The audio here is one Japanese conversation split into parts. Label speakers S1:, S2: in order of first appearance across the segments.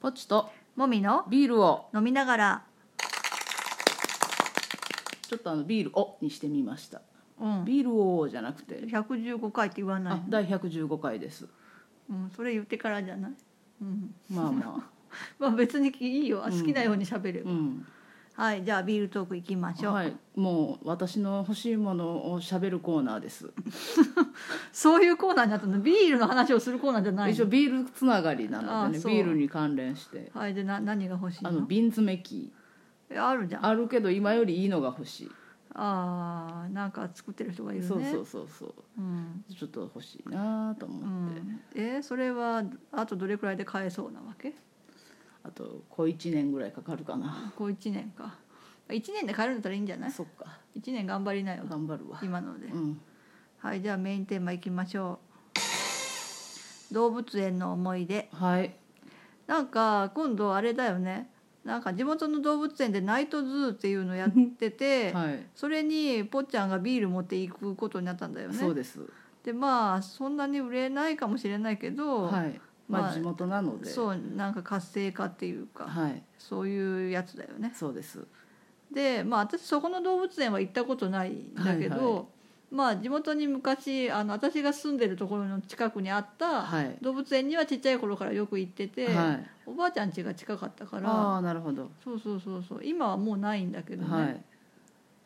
S1: ポチと
S2: もみの
S1: ビールを
S2: 飲みながら、
S1: ちょっとあのビールをにしてみました
S2: うん、
S1: ビールをじゃなくて
S2: 115回って言わない
S1: あ
S2: の、
S1: 第115回です
S2: うん、それ言ってからじゃない、うん、
S1: まあ ま
S2: まあ別にいいよ好きなようにしゃべ
S1: あ
S2: る、
S1: うん
S2: はいじゃあビールトーク行きましょう、
S1: はいもう私の欲しいものをしゃべるコーナーです
S2: そういうコーナーになったのビールの話をするコーナーじゃない
S1: 一応
S2: の
S1: ビールつながりなので
S2: あ
S1: ね
S2: そう
S1: ビールに関連して
S2: はいでな何が欲しい
S1: あ
S2: の
S1: の瓶詰め機
S2: えあるじゃんあ
S1: あるけど今よりいいのが欲しい、
S2: あーなんか作ってる人がいるね
S1: そうそうそうそう
S2: うん、
S1: ちょっと欲しいなと
S2: う
S1: 思って、
S2: ん、えそれはあとどれくらいで買えそうなわけ
S1: あと小1年ぐらいかかるかな、
S2: こう1年か1年で買えるんだったらいいんじゃない
S1: そっか
S2: 1年頑張りなよ
S1: 頑張るわ
S2: 今ので
S1: うん
S2: はいじゃあメインテーマいきましょう動物園の思い出
S1: はい
S2: なんか今度あれだよねなんか地元の動物園でナイトズーっていうのやってて、
S1: はい
S2: それにぽっちゃんがビール持っていくことになったんだよ
S1: そう
S2: ね
S1: です
S2: でまあそんなに売れないかもしれないけど、
S1: はいま
S2: ま
S1: あ
S2: あ
S1: 地元なので、
S2: そうなんか活性化っていうか、
S1: はい
S2: そういうやつだよね
S1: そうです
S2: でまあ私そこの動物園は行ったことないんだけど、
S1: はいは
S2: まあ地元に昔あの私が住んでるところの近くにあった
S1: はい
S2: 動物園にはちっちゃい頃からよく行ってて、
S1: はい
S2: おばあちゃん家が近かったから
S1: ああなるほど
S2: そうそうそうそう今はもうないんだけどね、
S1: はい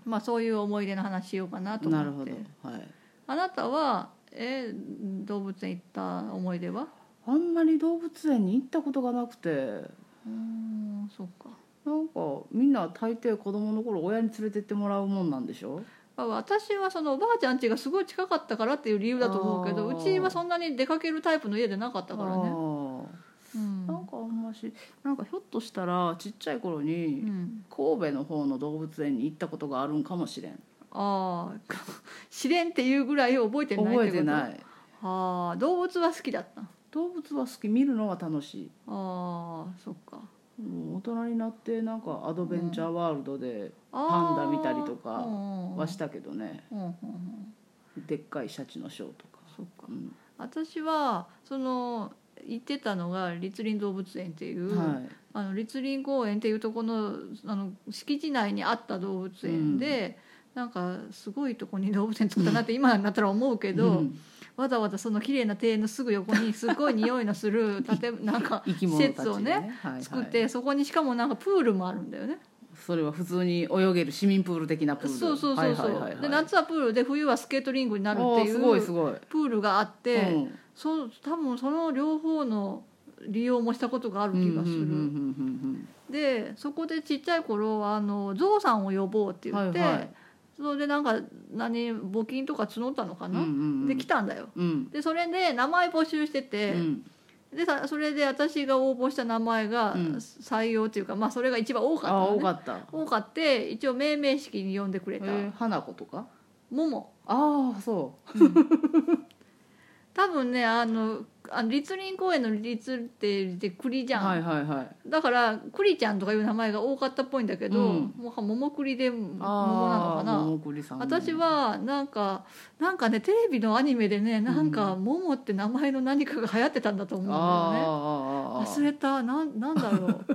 S2: まあそういう思い出の話しようかなと
S1: なる
S2: 思
S1: ほ
S2: っ
S1: ど
S2: て
S1: はい
S2: あなたはえー動物園行った思い出は
S1: あんまり動物園に行ったことがなくて
S2: うーんそっか、
S1: なんかみんな大抵子供の頃親に連れてってもらうもんなんでしょ
S2: まあ、私はそのおばあちゃん家がすごい近かったからっていう理由だと思うけど
S1: あー
S2: うちはそんなに出かけるタイプの家でなかったからね
S1: ね
S2: うん
S1: なんかあんましなんかひょっとしたらちっちゃい頃
S2: う
S1: に
S2: ん、
S1: 神戸の方の動物園に行ったことがあるんかもしれん
S2: あ あ試練っていうぐらい覚えてない
S1: 覚えて
S2: い
S1: ない
S2: ああ動物は好きだったあ
S1: 動物は好き見るのは楽し
S2: あそっか
S1: いもう大人になってなんかアドベンチャーワールドで
S2: あー
S1: パンダ見たりとか
S2: うん
S1: はしたけどね、
S2: うんうんうん
S1: でっかいシャチのショーとか、
S2: そっか
S1: うん
S2: 私はその行ってたのが栗林動物園っていう、
S1: はい
S2: あの栗林公園っていうとこのあの敷地内にあった動物園で、なんかすごいとこに動物園作ったなって 今になったら思うけど、
S1: うん
S2: わざわざその綺麗な庭園のすぐ横にすごい匂いのする建なんか
S1: 生き
S2: 施
S1: 物たち
S2: 設
S1: で
S2: を
S1: ね
S2: ね
S1: はいはい
S2: 作ってそこにしかもなんかプールもあるんだよね
S1: それは普通に泳げる市民プール的なプール
S2: そうそうそうそ
S1: はいはいはいは
S2: う
S1: い
S2: で夏はプールで冬はスケートリングになるってい
S1: あー
S2: う
S1: すごいすごい
S2: プールがあって、
S1: うん
S2: そう多分その両方の利用もしたことがある気が
S1: うんうん
S2: する、
S1: うん
S2: でそこでちっちゃい頃あのゾウさんを呼ぼうって言って、
S1: はいはい
S2: それでなんか何募金とか募ったのか
S1: うんうん
S2: な、
S1: うん
S2: で来たんだよ
S1: うん
S2: でそれで名前募集して
S1: う
S2: て、
S1: ん
S2: でさそれで私が応募した名前が
S1: うん
S2: 採用というか、まあそれが一番多かった
S1: あー多
S2: のね、
S1: かった
S2: 多かって一応命名式に呼んでく
S1: え
S2: れた、
S1: ー花子とか
S2: もも
S1: ああそ
S2: 多分ねあのあの栗林公園の栗ってで栗じ
S1: う
S2: ゃん、
S1: はいはいはい
S2: だから栗ちゃんとかいう名前が多かったっぽいんだけど、
S1: うん
S2: もう桃栗で桃なの
S1: あ
S2: か
S1: あ
S2: な
S1: 桃栗さん
S2: 私はなんかなんかねテレビのアニメでねなんか「桃って名前の何かが流行ってたんだと思うんだよ
S1: あ
S2: ね
S1: ーあーあー
S2: 忘れたなんなんだ ろう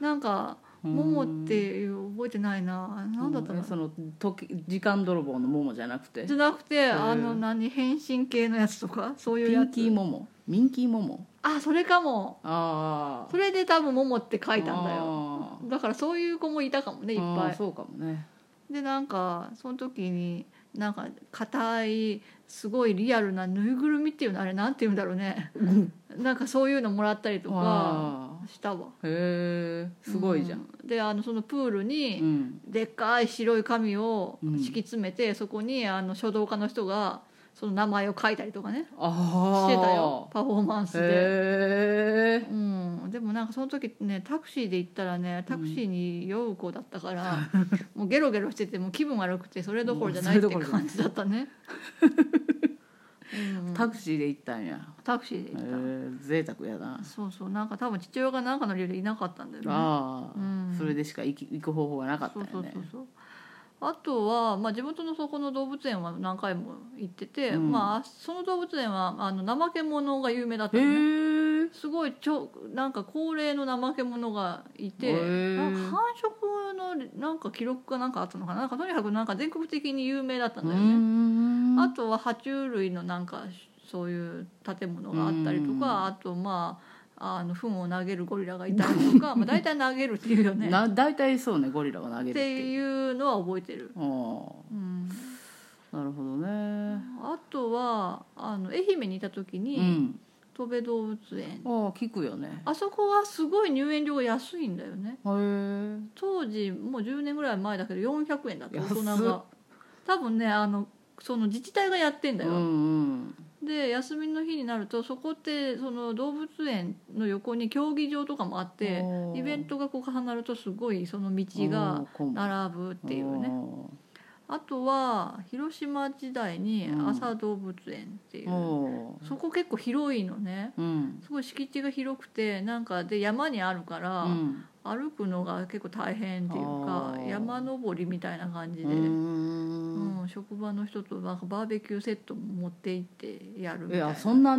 S2: なんか「
S1: うん
S2: もも」っていう覚えてないな何だった
S1: う
S2: の
S1: んその時時間泥棒の桃じゃなくて
S2: じゃなくて
S1: ー
S2: あの何変身系のやつとかそういう
S1: ピ
S2: や
S1: ン
S2: つ
S1: キー桃ミンキー桃
S2: あそれかも
S1: ああ
S2: それで多分「もも」って書いたんだよ
S1: よ
S2: だからそういう子もいたかもねいっぱ
S1: そうかもね
S2: いでなんかその時になんか硬いすごいリアルなぬいぐるみっていうのあれなんて言うんだろうねなんかそういうのもらったりとか
S1: あ
S2: したわ
S1: ーへえすごいじゃん、
S2: うであのそのプールに、
S1: うん
S2: でっかい白い紙を
S1: うん
S2: 敷き詰めて、そこにあの書道家の人がその名前を書いたりとかね
S1: ああ
S2: してたよパフォーマンスで、
S1: へえ
S2: うん、でもなんかその時ねタクシーで行ったらねタクシーに酔う子だったから、もうゲロゲロしててもう気分悪くてそれどころじゃないっ
S1: もう
S2: て
S1: それどころじゃない
S2: 感じだった ね、うん、
S1: タクシーで行ったんや
S2: タクシーで
S1: へ
S2: 行っ
S1: え
S2: た、
S1: 贅沢やな
S2: そうそうなんか多分父親が何かの理由でいなかったんだよね
S1: ああ
S2: うん
S1: それでしか行き行く方法がなかったよ
S2: そうそう
S1: ね
S2: そうそうあとは、まあ、地元のそこの動物園は何回も行ってて、
S1: うん
S2: まあ、その動物園はあの怠け者が有名だった
S1: へ
S2: のね
S1: え
S2: すごいちょなんか高齢の怠け者がいて
S1: へー
S2: なんか繁殖のなんか記録かなんかあったのかななんかとにかくなんか全国的に有名だったんだよね、あ
S1: あ
S2: とは爬虫類のなんかそういう建物があったりと
S1: うん
S2: かあとまああの糞を投げるゴリラがいたり とかまあ大体投げるっていうよね
S1: な大体そうねゴリラが投げるっ
S2: ってて
S1: いう
S2: いうのは覚えてる、
S1: ああ
S2: うん、
S1: なるほどね
S2: あとはあの愛媛にいた時
S1: う
S2: に
S1: ん
S2: 戸部動物園
S1: ああ聞くよね
S2: あそこはすごい入園料が安いんだよね
S1: へえ
S2: 当時もう10年ぐらい前だけど400円だった大
S1: 安っ
S2: 人が多分ねあのその自治体がやってんだ
S1: うん
S2: よ、
S1: うん
S2: で休みの日になるとそこってその動物園の横に競技場とかもあって
S1: おー
S2: イベントがこう重なるとすごいその道が並ぶっていうねあとは広島時代に
S1: うん
S2: 朝動物園っていう、
S1: お
S2: そこ結構広いのね
S1: うん
S2: すごい敷地が広くてなんかで山にあるから、
S1: うん
S2: 歩くのが結構大変っていうか
S1: あー
S2: 山登りみたいな感じ
S1: う
S2: で、
S1: ん
S2: うん職場の人となんかバーベキューセット持って行ってやるみ
S1: い
S2: たいな
S1: やそんな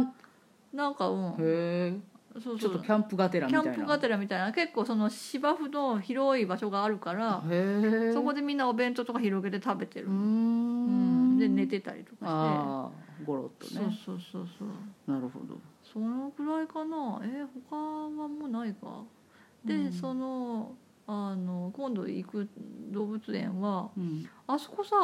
S2: なんかうん
S1: へえ
S2: そう
S1: ち
S2: そ
S1: ょっと
S2: う
S1: キャンプがてらみ
S2: キ
S1: たいな
S2: ャンプがてらみたいな結構その芝生の広い場所があるから
S1: へえ
S2: そこでみんなお弁当とか広げて食べてる、
S1: う
S2: うん
S1: ん
S2: で寝てたりとか
S1: ああゴロッ
S2: して
S1: と
S2: そう
S1: ね
S2: そうそうそう
S1: なるほど
S2: そのくらいかなえー他はもうないかで、
S1: うん
S2: そのあの今度行く動物園は
S1: うん
S2: あそこさ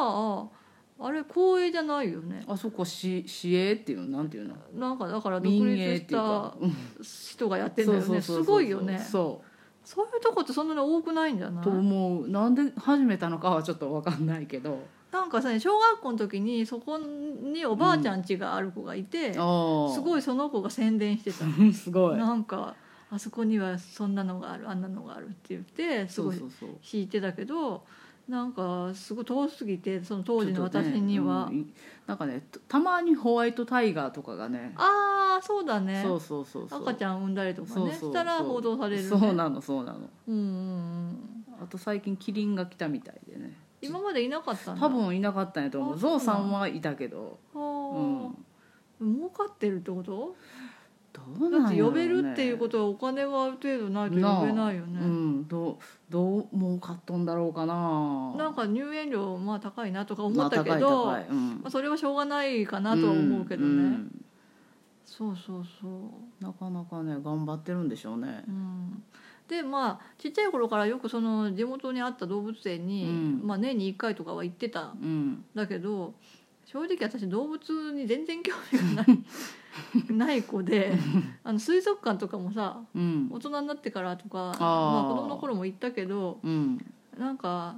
S2: あれ公営じゃないよね
S1: あそこし市営っていうのなんていうの
S2: なんかだから独
S1: 民営
S2: 立
S1: っ
S2: して
S1: いう
S2: た
S1: かうん
S2: 人がやってんだよねすごいよね
S1: そ
S2: そういうとこってそんなに多くないんじゃ
S1: う
S2: ない
S1: と思うなんで始めたのかはちょっと分かんないけど
S2: なんかさ小学校の時にそこにおばあちゃん家がある子がいて、す
S1: す
S2: ごいその子が宣伝してた
S1: いすごい
S2: なんかあそこにはそんなのがあるあんなのがあるって言ってす
S1: そ
S2: ご
S1: う
S2: い
S1: そうそう
S2: 引いてたけどなんかすごい遠すぎてその当時の私に
S1: ちょっ
S2: は、
S1: とねうんなんかねたまにホワイトタイガーとかがね
S2: ああそうだね
S1: そうそうそうそう
S2: 赤ちゃん産んだりとかねしたら報道される、ね、
S1: そうなのそうなの
S2: うんうんうん
S1: あと最近キリンが来たみたいでね
S2: 今までいなかったんだ
S1: 多分いなかったんやと思
S2: あ
S1: う
S2: そうな
S1: ゾ
S2: の
S1: ウさんはいたけど
S2: はあ、儲かってるってこと
S1: どう
S2: だ
S1: な
S2: っ
S1: ん
S2: て
S1: やろ
S2: 呼
S1: う
S2: べ
S1: ね
S2: るっていうことはお金がある程度ないと呼べないよ
S1: う
S2: ね
S1: んどうどう儲かっとんだろうかな
S2: なんか入園料まあ高いなとか思ったけ
S1: まあ
S2: ど、ま
S1: 高い高いうん
S2: あ、それはしょうがないかなとは思うけどね、
S1: んん
S2: そうそうそう
S1: なかなかね頑張ってるんでしょうね
S2: うんでまあちっちゃい頃からよくその地元にあった動物園に、
S1: うん
S2: まあ、年に1回とかは行ってた
S1: うん
S2: だけど正直私動物に全然興味がない ない子であの水族館とかもさ
S1: うん
S2: 大人になってからとか
S1: ー
S2: まあ、子供の頃も行ったけど
S1: うん
S2: なんか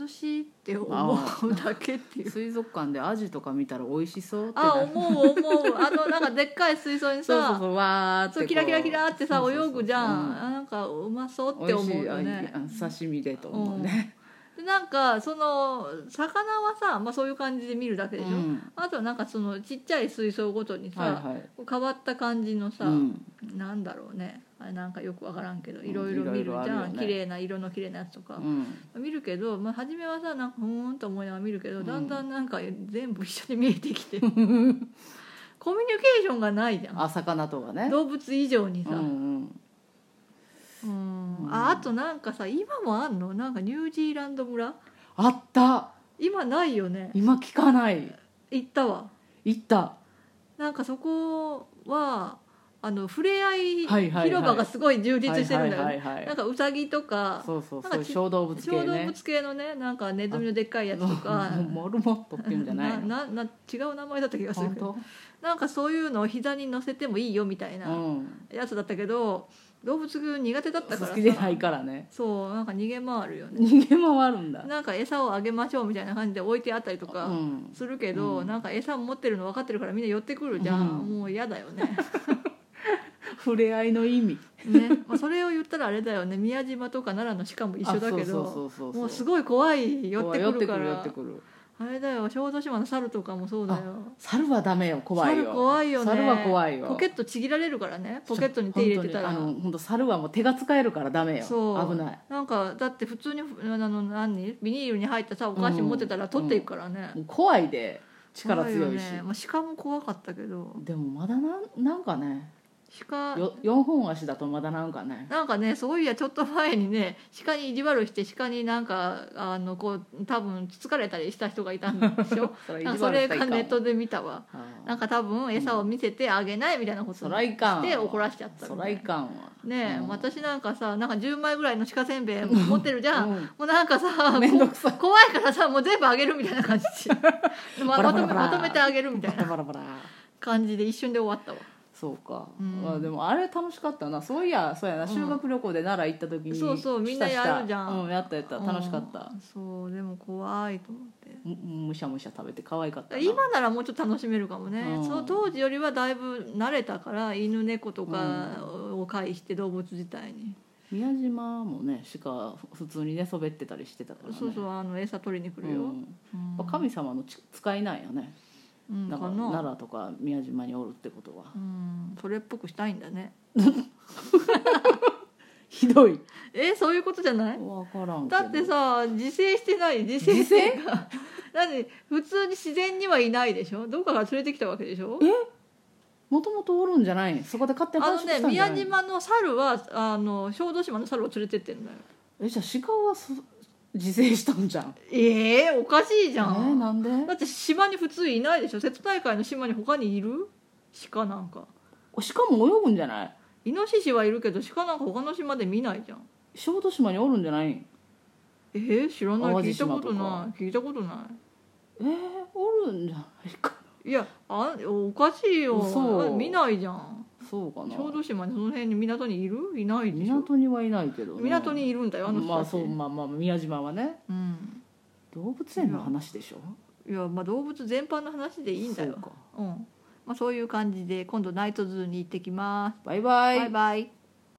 S2: 涼しいって思うだけっていう。
S1: 水族館でアジとか見たら美味しそうって
S2: あ
S1: なる
S2: 思う思うあのなんかでっかい水槽に
S1: そうそう
S2: さ
S1: そうわーって
S2: そうキラキラキラってさ
S1: そうそうそう
S2: 泳ぐじゃん、
S1: うん
S2: あなんかうまそう
S1: こ
S2: っ
S1: う
S2: て
S1: 美味
S2: 思
S1: し
S2: う
S1: い
S2: よ
S1: あ
S2: ね
S1: あ刺身でと思うね
S2: でなんかその魚はさ、まあ、そういう感じで見るだけでしょ、
S1: うん
S2: あとはなんかそのちっちゃい水槽ごとにさ、
S1: はいはい
S2: 変わった感じのさ、
S1: うん
S2: なんだろうねあれなんかよくわからんけど
S1: うん
S2: いろいろ見る
S1: いろいろあ
S2: じ
S1: るよ
S2: ゃ
S1: ね
S2: ん綺麗、な色の綺麗なやつとか
S1: う、ん
S2: 見るけど、まあ、初めはさなんかふーんと思いながら見るけどだんだんなんか全部一緒に見えてきて、 コミュニケーションがないじゃん
S1: あ魚とかね
S2: 動物以上にさ、
S1: う
S2: うん
S1: んうん
S2: ああとなんかさ今もあんのなんかニュージーランド村
S1: あった
S2: 今ないよね
S1: 今聞かない
S2: 行ったわ
S1: 行った
S2: なんかそこはあの触れ合い
S1: はいはいはい
S2: 広場がすごい充実してるんだよね
S1: はいはいはいは
S2: なん
S1: い
S2: かウサギとか
S1: そうそう
S2: な
S1: そ
S2: ん
S1: う
S2: かち
S1: 小動物系
S2: 小動
S1: ね
S2: 物系のねなんかネズミのでっかいやつとか
S1: モルモットっていうんじゃない
S2: な
S1: の
S2: なな違う名前だった気がする
S1: 本
S2: けど
S1: 当
S2: なんかそういうのを膝に乗せてもいいよみたいな
S1: うん
S2: やつだったけど動物苦手だったから
S1: 好
S2: さ
S1: きじゃないからね
S2: そうなんか逃げ回るよね
S1: 逃げ回るんだ
S2: なんか餌をあげましょうみたいな感じで置いてあったりと
S1: う
S2: か
S1: ん
S2: するけど、
S1: うん
S2: なんか餌持ってるの分かってるからみんな寄ってくるじゃん、
S1: うん
S2: もう嫌だよ ね
S1: 触れ合いの意味
S2: ね、まあ、それを言ったらあれだよね宮島とか奈良の鹿も一緒だけど
S1: あそうそうそうそう
S2: もうすごい怖い寄
S1: 寄
S2: っ
S1: っててく
S2: くる
S1: る
S2: か
S1: 寄
S2: ら
S1: ってくる
S2: あれだよ小豆島の猿とかもそうだよ
S1: 猿はダメよ怖いよ
S2: 猿怖いよね
S1: 猿は怖いよ
S2: ポケットちぎられるからねポケットに手入れてたら
S1: 本当にあの本当猿はもう手が使えるからダメよ
S2: そう
S1: 危ない
S2: なんかだって普通にあの何ビニールに入ったさお菓子持ってたら取っていくからね、
S1: もう怖いで力
S2: 怖
S1: 強
S2: よ
S1: いし
S2: ね、まあ、鹿も怖かったけど
S1: でもまだなんなんかね
S2: 鹿
S1: よ4本足だとまだなんかね
S2: なんかねそういやちょっと前にね鹿に意地悪して鹿になんかあのこう多分つつかれたりした人がいたんでし ょ
S1: それ
S2: なんかそれがネットで見たわなん
S1: か
S2: か多分餌を見せてあげないみたいなこと
S1: そ
S2: に
S1: らいかん
S2: して怒らしちゃった
S1: そ
S2: み
S1: ら
S2: たい
S1: い
S2: な
S1: かんわ
S2: ねえ、
S1: うん
S2: 私なんかさなんか10枚ぐらいの鹿せんべい持ってるじゃん、
S1: う
S2: も
S1: ん
S2: うなんか さ
S1: めんど
S2: こ
S1: くさい
S2: 怖いからさもう全部あげるみたいな 感じ
S1: バラバラ
S2: ままとめ
S1: バラ
S2: まとめてあげるみた
S1: バ
S2: い
S1: ラ
S2: な
S1: バラバラ
S2: 感じで一瞬で終わったわ
S1: そうか、
S2: うん
S1: まあでもあれ楽しかったなそういやそうやな
S2: うん
S1: 修学旅行で奈良行った時に、
S2: そうそうみんなやるじゃん
S1: したしたうんやったやった楽しかった
S2: うん、そうでも怖いと思って
S1: むむしゃむしゃ食べて可愛かったな
S2: 今ならもうちょっと楽しめるかもね、
S1: うん
S2: その当時よりはだいぶ慣れたから犬猫とかを介して動物自体に、
S1: 宮島もね鹿普通に寝そべってたりしてたからね
S2: そうそうあの餌取りに来るよ、
S1: うん
S2: うん
S1: やっぱ神様のち使いなんよね、
S2: うん
S1: な
S2: か
S1: んか
S2: な
S1: 奈良とか宮島におるってこと は、
S2: うんそれっぽくしたいんだね
S1: ひどい
S2: えそういうことじゃない
S1: 分からんけど
S2: だってさ自生してない自生っていうかだって普通に自然にはいないでしょどこかから連れてきたわけでしょ
S1: えもともとおるんじゃないんそこで勝手に
S2: あ
S1: 繁殖
S2: のね
S1: したんじゃない
S2: 宮島の猿はあの小豆島の猿を連れてってんだよ
S1: えじゃあ鹿はそ自生したんじゃん
S2: ええおかしいじ
S1: え
S2: ゃん、
S1: ー、なんで
S2: だって島に普通いないでしょ瀬戸内海の島に他にいる鹿なんか
S1: 鹿も泳ぐんじゃない
S2: イノシシはいるけど鹿なんか他の島で見ないじゃん
S1: 小豆島におるんじゃないん
S2: えー、知らない
S1: 淡
S2: 聞
S1: 路
S2: いた
S1: 島
S2: こと
S1: か
S2: とない聞いたことな
S1: えー、おるんじゃないか
S2: いいやあおかしいよ
S1: 嘘
S2: 見ないじゃん
S1: そうかな
S2: 小豆島にその辺に港にいるいないでしょ
S1: 港にはいないけどね、
S2: 港にいるんだよあの人たち、
S1: まあそうまあまあ宮島はね
S2: うん
S1: 動物園の話でしょ
S2: いやまあ動物全般の話でいいんだよ
S1: そうか
S2: うんまあ、そういう感じで今度ナイトズーに行ってきます、
S1: バイバイ
S2: バイバイ